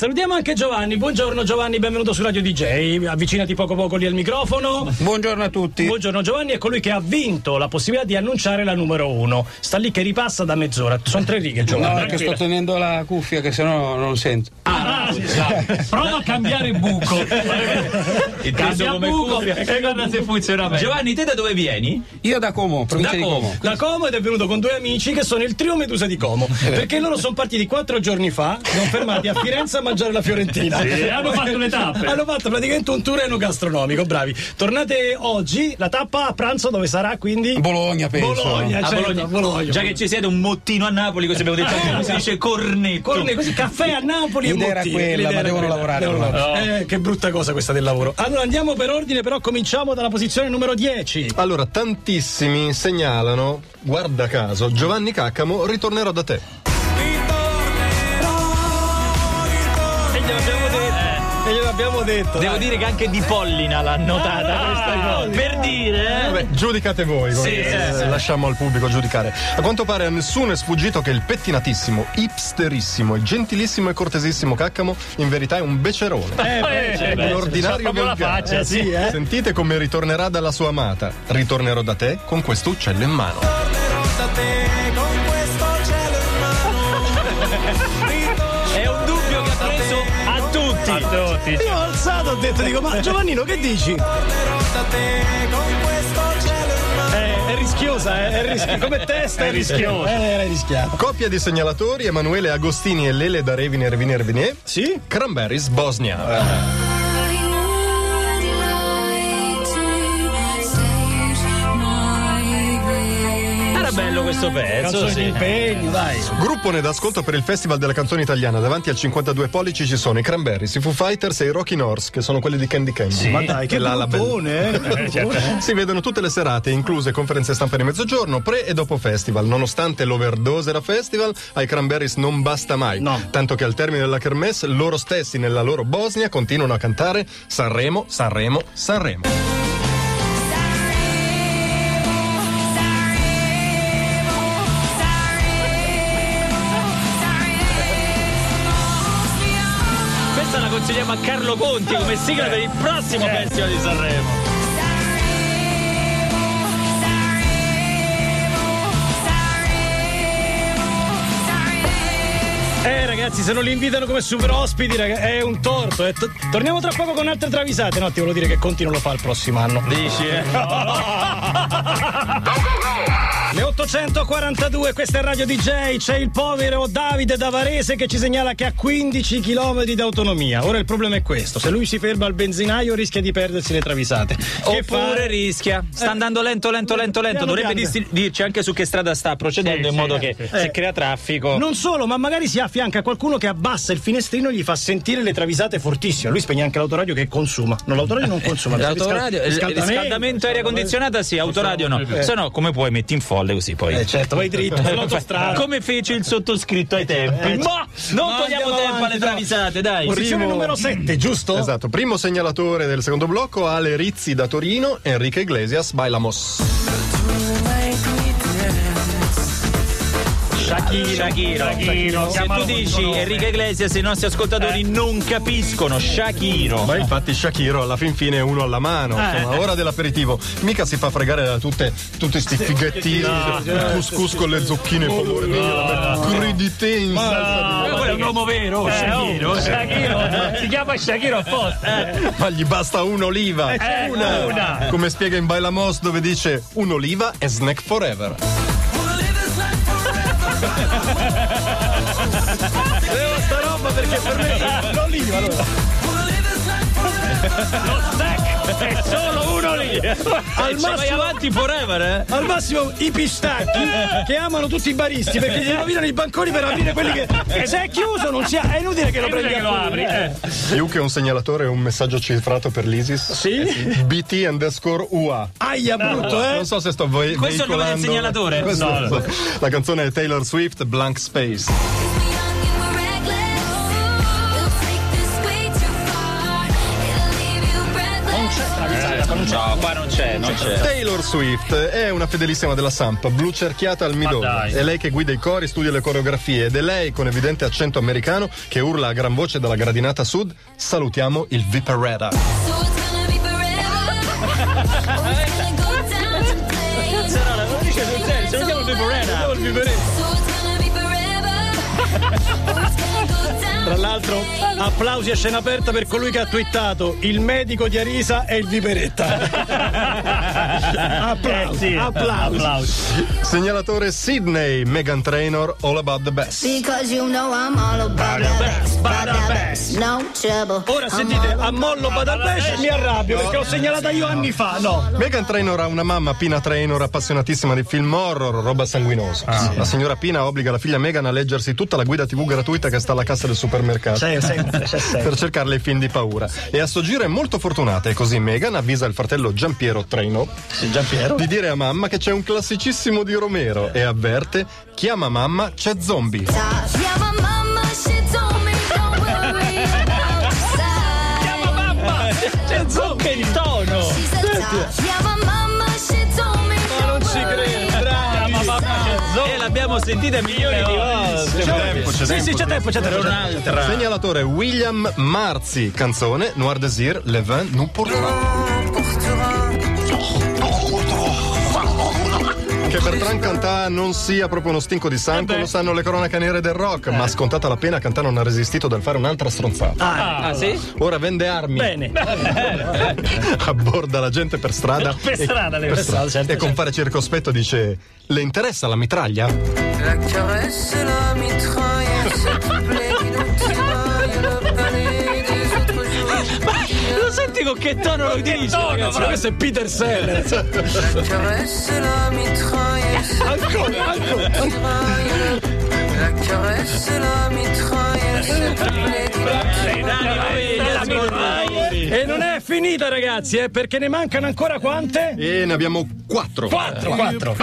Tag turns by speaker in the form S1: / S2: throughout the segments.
S1: Salutiamo anche Giovanni, buongiorno Giovanni, benvenuto su Radio DJ, avvicinati poco poco lì al microfono.
S2: Buongiorno a tutti.
S1: Buongiorno Giovanni è colui che ha vinto la possibilità di annunciare la numero uno. Sta lì che ripassa da mezz'ora, sono tre righe
S2: no,
S1: Giovanni.
S2: è che
S1: tranquilla.
S2: sto tenendo la cuffia che sennò non sento.
S1: Ah, ah, sì, sì.
S3: Prova a cambiare buco. Cambia buco e guarda se funziona bene.
S4: Giovanni, te da dove vieni?
S2: Io da Como, provincia
S4: Da
S2: di Como.
S4: Como.
S1: Da Como ed è venuto con due amici che sono il trio Medusa di Como,
S3: Eh.
S1: perché loro sono partiti quattro giorni fa, sono fermati a Firenze a mangiare la Fiorentina.
S3: Sì, hanno fatto le tappe.
S1: Hanno fatto praticamente un turno gastronomico, bravi. Tornate oggi, la tappa a pranzo dove sarà quindi?
S2: Bologna, penso.
S1: Bologna,
S4: A
S1: certo,
S4: Bologna.
S1: Bologna.
S4: Già che ci siete un mottino a Napoli, così abbiamo detto oggi, si dice cornetto.
S1: Corne, così caffè a Napoli
S2: L'idea
S1: e
S2: era
S1: Mottini.
S2: quella,
S1: L'idea
S2: ma
S1: era
S2: devono lavorare domani.
S1: Eh, che brutta cosa questa del lavoro. Allora andiamo per ordine, però cominciamo dalla posizione numero 10.
S5: Allora, tantissimi segnalano, guarda caso, Giovanni Caccamo, ritornerò da te.
S1: E gliel'abbiamo detto. E gliel'abbiamo detto.
S4: Devo
S1: dai.
S4: dire che anche di Pollina l'ha notata questa cosa. Per dire, eh.
S5: Vabbè, giudicate voi,
S4: Sì,
S5: eh,
S4: sì, sì.
S5: lasciamo al pubblico giudicare. A quanto pare a nessuno è sfuggito che il pettinatissimo, hipsterissimo, e gentilissimo e cortesissimo Caccamo in verità è un becerone.
S4: Cioè,
S3: Eh,
S5: un
S3: beh, c'ha
S5: ordinario
S3: proprio la
S5: volgare.
S3: faccia,
S1: Eh sì,
S3: sì.
S1: eh.
S5: Sentite come ritornerà dalla sua amata. Ritornerò da te con questo uccello in mano.
S4: è un dubbio che ha preso a tutti.
S3: A tutti.
S1: Io ho alzato, ho detto, dico, ma Giovannino che dici? Eh, è rischiosa, eh, è rischiosa. Come testa è rischiosa. Eh, era rischiata.
S5: Coppia di segnalatori, Emanuele Agostini e Lele da Revine Revine Revine.
S1: Sì?
S5: Cranberries Bosnia.
S4: Era bello questo pezzo,
S1: Canzone di
S4: sì.
S1: impegno, dai.
S5: Gruppone d'ascolto per il Festival della Canzone Italiana. Davanti al 52 pollici ci sono i Cranberries, i Foo Fighters e i Rocky Norse, che sono quelli di Candy Candy.
S1: Ma dai, che
S5: la- la bella-
S1: gruppone, eh.
S5: Si vedono tutte le serate, incluse conferenze stampa di mezzogiorno, pre e dopo festival. Nonostante l'overdose da festival, ai Cranberries non basta mai.
S1: No.
S5: Tanto che al termine della kermesse, loro stessi nella loro Bosnia continuano a cantare Sanremo, Sanremo, Sanremo.
S4: Questa la consigliamo a Carlo Conti come sigla per il prossimo festival di Sanremo.
S1: Eh ragazzi, se non li invitano come super ospiti raga- è un torto. eh. T- torniamo tra poco con altre travisate. No, ti volevo dire che Conti non lo fa il prossimo anno.
S4: Dici, eh?
S1: Le 842, questa è Radio DJ. C'è il povero Davide Davarese che ci segnala che ha 15 km di autonomia. Ora il problema è questo: se lui si ferma al benzinaio rischia di perdersi le travisate. Che
S4: Oppure
S1: fa?
S4: rischia. Sta andando lento, lento, lento, lento.
S1: Piano,
S4: Dovrebbe
S1: piano.
S4: dirsi- dirci anche su che strada sta procedendo in modo che se crea traffico.
S1: Non solo, ma magari si affianca a qualcuno che abbassa il finestrino e gli fa sentire le travisate fortissime. Lui spegne anche l'autoradio che consuma. No, l'autoradio non consuma.
S4: L'autoradio, il
S1: riscal-
S4: riscaldamento, aria condizionata sì, autoradio no. Se no, come puoi metti in folle così poi.
S1: Eh certo, vai dritto, sull'autostrada.
S4: Come fece il sottoscritto ai tempi? Ma non togliamo
S1: andiamo
S4: tempo
S1: avanti,
S4: alle
S1: Eh, no.
S4: travisate, dai.
S1: Posizione numero 7, giusto?
S5: Esatto, primo segnalatore del secondo blocco, Ale Rizzi da Torino, Enrique Iglesias, Bailamos.
S4: Shakira, Shakira. Se tu dici Enrico Iglesias, i nostri
S1: Eh.
S4: ascoltatori non capiscono Shakiro.
S5: Ma infatti Shakiro alla fin fine è uno alla mano,
S4: Eh.
S5: insomma, ora dell'aperitivo. Mica si fa fregare da tutte, tutti sti fighettini, il couscous con le zucchine, per favore mio, la met- crudité in
S4: Ma
S5: salsa
S4: quello è un uomo vero,
S1: Eh, oh.
S4: Eh, Shakiro.
S3: Shakiro, si chiama Shakiro apposta.
S5: di- Ma gli basta un'oliva,
S4: Eh,
S5: una. Come spiega in Bailamos dove dice un'oliva è snack forever.
S1: sta roba perché per me l'oliva allora.
S3: È solo uno lì. Eh, cioè,
S4: Al vai avanti forever, eh?
S1: Al massimo i pistacchi che amano tutti i baristi perché gli rovinano i banconi per aprire quelli che. che Se è chiuso non si ha. È inutile che lo prendi
S3: Eh. che
S1: a
S3: lo
S1: fuoco.
S3: apri.
S1: Eh,
S3: eh.
S5: Più che un segnalatore è un messaggio cifrato per l'ISIS. Eh
S1: Sì?
S5: BT underscore UA.
S1: Aia brutto, eh!
S5: Non so se sto voi.
S4: Ah, Questo è il nome del
S5: veicolando-
S4: segnalatore?
S5: Questo-
S3: No.
S5: La canzone è Taylor Swift, Blank Space.
S1: Non c'è travisata, Eh, non c'è. Cioè,
S4: No, qua non c'è, non c'è.
S5: Taylor Swift è una fedelissima della Samp, blu cerchiata al midollo.
S3: dai.
S5: È lei che guida i cori, studia le coreografie ed è lei con evidente accento americano che urla a gran voce dalla gradinata sud salutiamo il Viperetta.
S6: So it's gonna be forever. Oh, it's gonna go down in flames.
S4: No, no, non dice sul serio, salutiamo il Viperena.
S6: So it's gonna be forever. Oh, it's gonna go down
S1: Tra l'altro, applausi a scena aperta per colui che ha twittato il medico di Arisa è il viperetta. applausi,
S3: Eh sì.
S1: applausi.
S5: Segnalatore Sydney, Megan Trainor, All About the Best.
S7: Because you know I'm all about that bass, about that bass, no trouble.
S1: Ora
S7: I'm
S1: sentite,
S7: all-
S1: a mollo Badabesh mi arrabbio perché l'ho segnalata io anni fa. eh, No,
S5: Megan Trainor ha una mamma, Pina Trainor, appassionatissima di film horror, roba sanguinosa. La signora Pina obbliga la figlia Megan a leggersi tutta la guida TV gratuita che sta alla cassa del supermercato.
S1: c'è sempre, c'è sempre.
S5: per cercarle i film di paura. E a sto giro è molto fortunata e così Megan avvisa il fratello Giampiero Treno di dire a mamma che c'è un classicissimo di Romero e avverte chiama mamma c'è zombie.
S4: ah.
S6: Yeah, my mama, she told me don't worry about size.
S4: C'è zucca in tono.
S6: She's a top. Yeah, my mama, she told me don't worry about size.
S4: E l'abbiamo sentita milioni di volte.
S5: tempo, c'è
S1: Sì,
S5: tempo.
S1: sì, c'è tempo, c'è tempo. c'è tempo.
S5: Segnalatore William Marzi, canzone Noir Désir, Le vin nous portera. Che Bertrand Cantà non sia proprio uno stinco di santo, lo sanno le cronache nere del rock, ma scontata la pena Cantà non ha resistito dal fare un'altra stronzata.
S4: Ah, sì?
S5: Ora vende armi.
S1: Bene.
S5: abborda la gente per strada
S3: Per
S5: e-
S3: strada, le-
S5: per
S3: per
S5: strada.
S3: strada, certo,
S5: e con fare circospetto dice le interessa la mitraglia?
S8: La caresse et la mitraille, s'il te plaît, nous tiraille le palais des autres jours.
S4: Lo senti con che tono lo dici? ragazzi?
S1: Questo è Peter Seller.
S8: La caresse et la mitraille, s'il te
S1: Ancora, ancora.
S8: plaît, tiraille. La caresse et la mitraille, s'il te plaît, nous
S4: Anima, vedi, ascolta.
S1: E non è finita, ragazzi, eh, perché ne mancano ancora quante?
S5: E ne abbiamo quattro.
S1: 4 4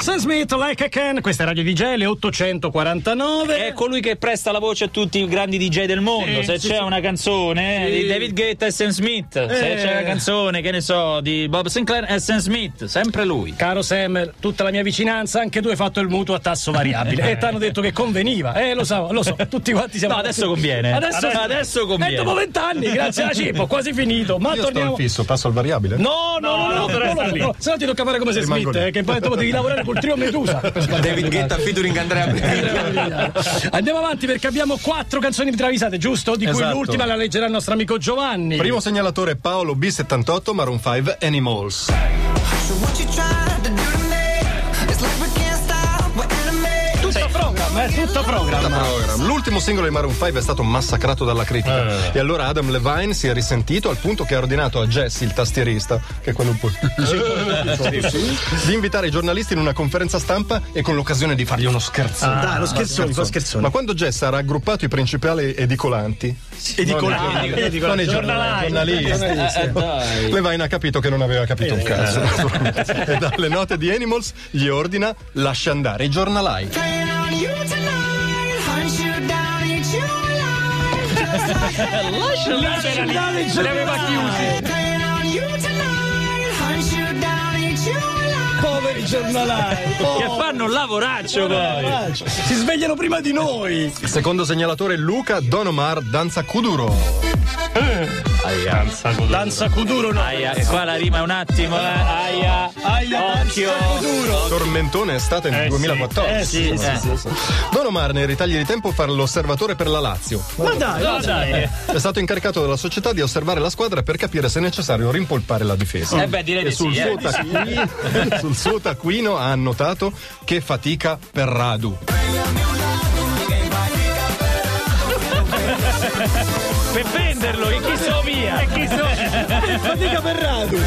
S1: Sam Smith like a can questa è Radio DJ le 849
S4: È colui che presta la voce a tutti i grandi DJ del mondo.
S1: Sì,
S4: se
S1: sì,
S4: c'è
S1: sì.
S4: una canzone eh, di David Guetta e Sam Smith, se
S1: Eh.
S4: c'è una canzone, che ne so, di Bob Sinclair e Sam Smith, sempre lui.
S1: Caro Sam, tutta la mia vicinanza, anche tu hai fatto il mutuo a tasso variabile. e ti hanno detto che conveniva. Eh, lo so, lo so, tutti quanti siamo.
S4: No, adesso conviene.
S1: Adesso,
S4: Adesso- adesso conviene.
S1: E dopo vent'anni, grazie alla cibo, ho quasi finito. Ma
S5: Io sto
S1: torniamo.
S5: al fisso, passo al variabile.
S1: No, no, no, no, no, no, no, no. se no ti tocca fare come se
S5: Rimango
S1: Smith,
S5: lì.
S1: eh, che poi dopo devi lavorare col trio Medusa.
S9: David Guetta featuring Andrea Brera.
S1: Andiamo avanti perché abbiamo quattro canzoni travisate, giusto? Di cui
S5: Esatto.
S1: l'ultima la leggerà il nostro amico Giovanni.
S5: Primo segnalatore Paolo B78 Maroon 5 Animals.
S8: So what you tried to do to me, it's like we can't stop, we're enemies.
S1: Tutto programma, eh, tutto programma.
S5: L'ultimo singolo di Maroon 5 è stato massacrato dalla critica. E allora Adam Levine si è risentito al punto che ha ordinato a Jesse, il tastierista, che è quello un po'. di invitare i giornalisti in una conferenza stampa e con l'occasione di fargli uno scherzo.
S1: Ah,
S4: Ah.
S1: Dai, lo scherzone, fa
S5: Ma
S1: scherzone.
S5: quando Jess ha raggruppato i principali edicolanti,
S1: Edicolare,
S5: non i
S1: edicolare.
S5: giornali, giornalisti,
S1: Eh,
S5: Levine ha capito che non aveva capito un cazzo. e dalle note di Animals gli ordina lascia andare i giornalai.
S8: Playing on you tonight, hunt you down, eat you alive. Just
S1: Ce l'aveva chiusi.
S8: playing on you tonight, hunt you down, eat you alive.
S1: Poveri giornalai.
S4: Che fanno un lavoraccio poi.
S1: Ah, Si svegliano prima di noi.
S5: Il secondo segnalatore Luca Donomar danza Kuduro.
S1: Danza Kuduro no.
S4: Aia, e qua la rima un attimo, eh. Aia.
S1: Ah, Aia,
S4: Occhio.
S1: danza Kuduro.
S5: Tormentone estate del 2014.
S1: Eh sì, sì, sì.
S5: Donomar nei ritagli di tempo fa l'osservatore per la Lazio.
S1: Ma dai, ma dai.
S5: È stato incaricato dalla società di osservare la squadra per capire se è necessario rimpolpare la difesa.
S4: Eh beh, direi
S5: e
S4: di
S5: sul,
S4: sì.
S5: suo
S4: eh.
S5: taccuino- sul suo taccuino ha annotato che fatica per Radu.
S4: Per venderlo, che chi so via. E chi so
S1: Fatica per Radu.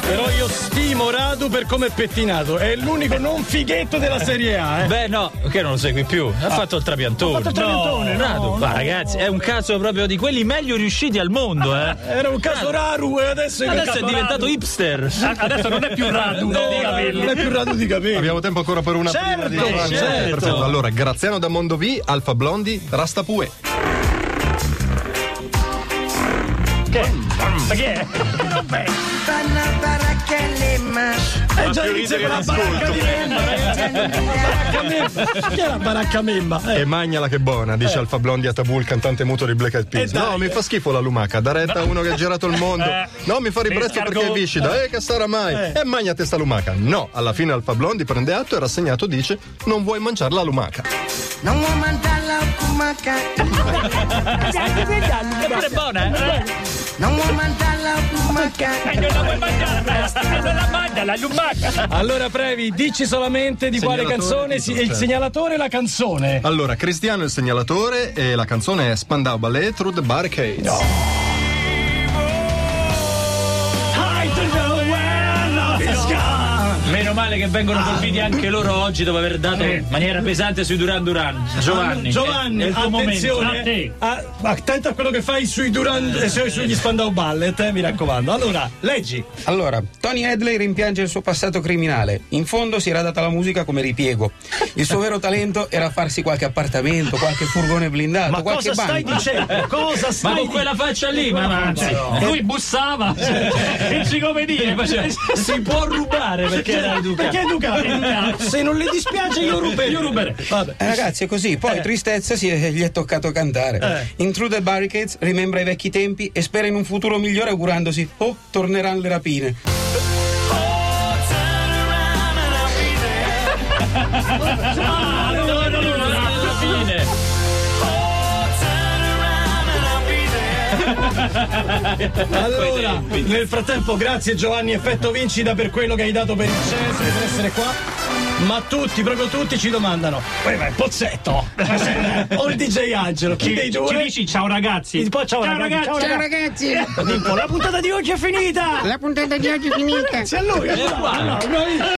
S1: Però io stimo Radu per come è pettinato. È l'unico non fighetto della Serie A, eh. Ah.
S4: Beh, no, che non lo segui più. Ha fatto il trapiantone. Ha fatto il trapiantone, no, Ma ragazzi, è un caso proprio di quelli meglio riusciti al mondo, eh.
S1: Ah, Era un caso Raru Ah. e adesso è,
S4: Adesso è diventato hipster.
S3: Adesso non è più radu dei
S1: Non
S3: capelli.
S1: è più Radu di capelli.
S5: Abbiamo tempo ancora per una prima di
S1: Certo,
S5: Giovanni?
S1: certo.
S5: Perfetto. Allora, Graziano da Mondovì, Alfa Blondi, Rastapue.
S1: Che? Ma che è?
S8: Fanno baracca alle mani.
S1: È già inizia con la baracca di memba, Che è la baracca memba? Eh.
S5: E magnala che buona, dice Alfa Blondi a Tabù, il cantante muto di Black Eyed Peas.
S1: E dai.
S5: No, mi fa schifo la lumaca, da retta a uno che ha girato il mondo. No, Eh. mi fa ribrezzo
S3: Escargot.
S5: perché è viscida. Eh, che sarà mai? E magna testa lumaca. No, alla fine Alfa Blondi prende atto e rassegnato dice non vuoi mangiare la lumaca.
S8: Non vuoi mandarla a Pumaca.
S4: È pure buona, eh?
S8: Non vuoi mandarla a Pumaca.
S1: Allora, Previ, dici solamente di quale
S5: Segnalatore,
S1: canzone si-
S5: titolo,
S1: il
S5: certo.
S1: segnalatore e la canzone.
S5: Allora, Cristiano è il segnalatore e la canzone è Spandau Ballet Through the Barricades.
S1: I don't know where love is gone.
S4: Meno male che vengono
S1: Ah.
S4: colpiti anche loro oggi dopo aver dato in maniera pesante sui Duran Duran. Giovanni.
S1: Eh. Ah, Giovanni,
S4: è il tuo
S1: attenzione.
S4: momento.
S1: eh. Ah, attento a quello che fai sui Duran, eh, su- sugli Spandau Ballet, eh, mi raccomando. Allora, leggi.
S2: Allora, Tony Hadley rimpiange il suo passato criminale. In fondo si era data la musica come ripiego. Il suo vero talento era farsi qualche appartamento, qualche furgone blindato,
S1: Ma
S2: qualche
S1: cosa stai
S2: banco.
S1: dicendo? Cosa stai
S4: Ma con quella faccia lì, ma anzi, lui bussava
S1: Eh.
S4: e ci come dire, faceva- si può rubare Ah, perché era
S1: dicendo?
S4: Duca.
S1: Perché Duca? Se non le dispiace io ruberò.
S4: Io ruberò.
S1: Vabbè.
S2: Eh, ragazzi, è così. Poi tristezza si è- gli è toccato cantare.
S1: Eh.
S2: In True the Barricades rimembra i vecchi tempi e spera in un futuro migliore augurandosi oh, torneranno le rapine.
S4: Alla fine.
S1: Allora, nel frattempo, grazie Giovanni Effetto Vincita per quello che hai dato per il Cesare, per essere qua. Ma tutti, proprio tutti ci domandano: Uè, ma è Pozzetto? o il DJ Angelo? Chi dei due?
S3: Ci dici ciao ragazzi.
S1: Sì, poi ciao, ragazzi, ciao,
S10: Ciao
S1: ragazzi.
S10: ragazzi,
S1: Dico, la puntata di oggi è finita!
S10: la puntata di oggi è finita.
S1: Grazie a lui! allora, no, no,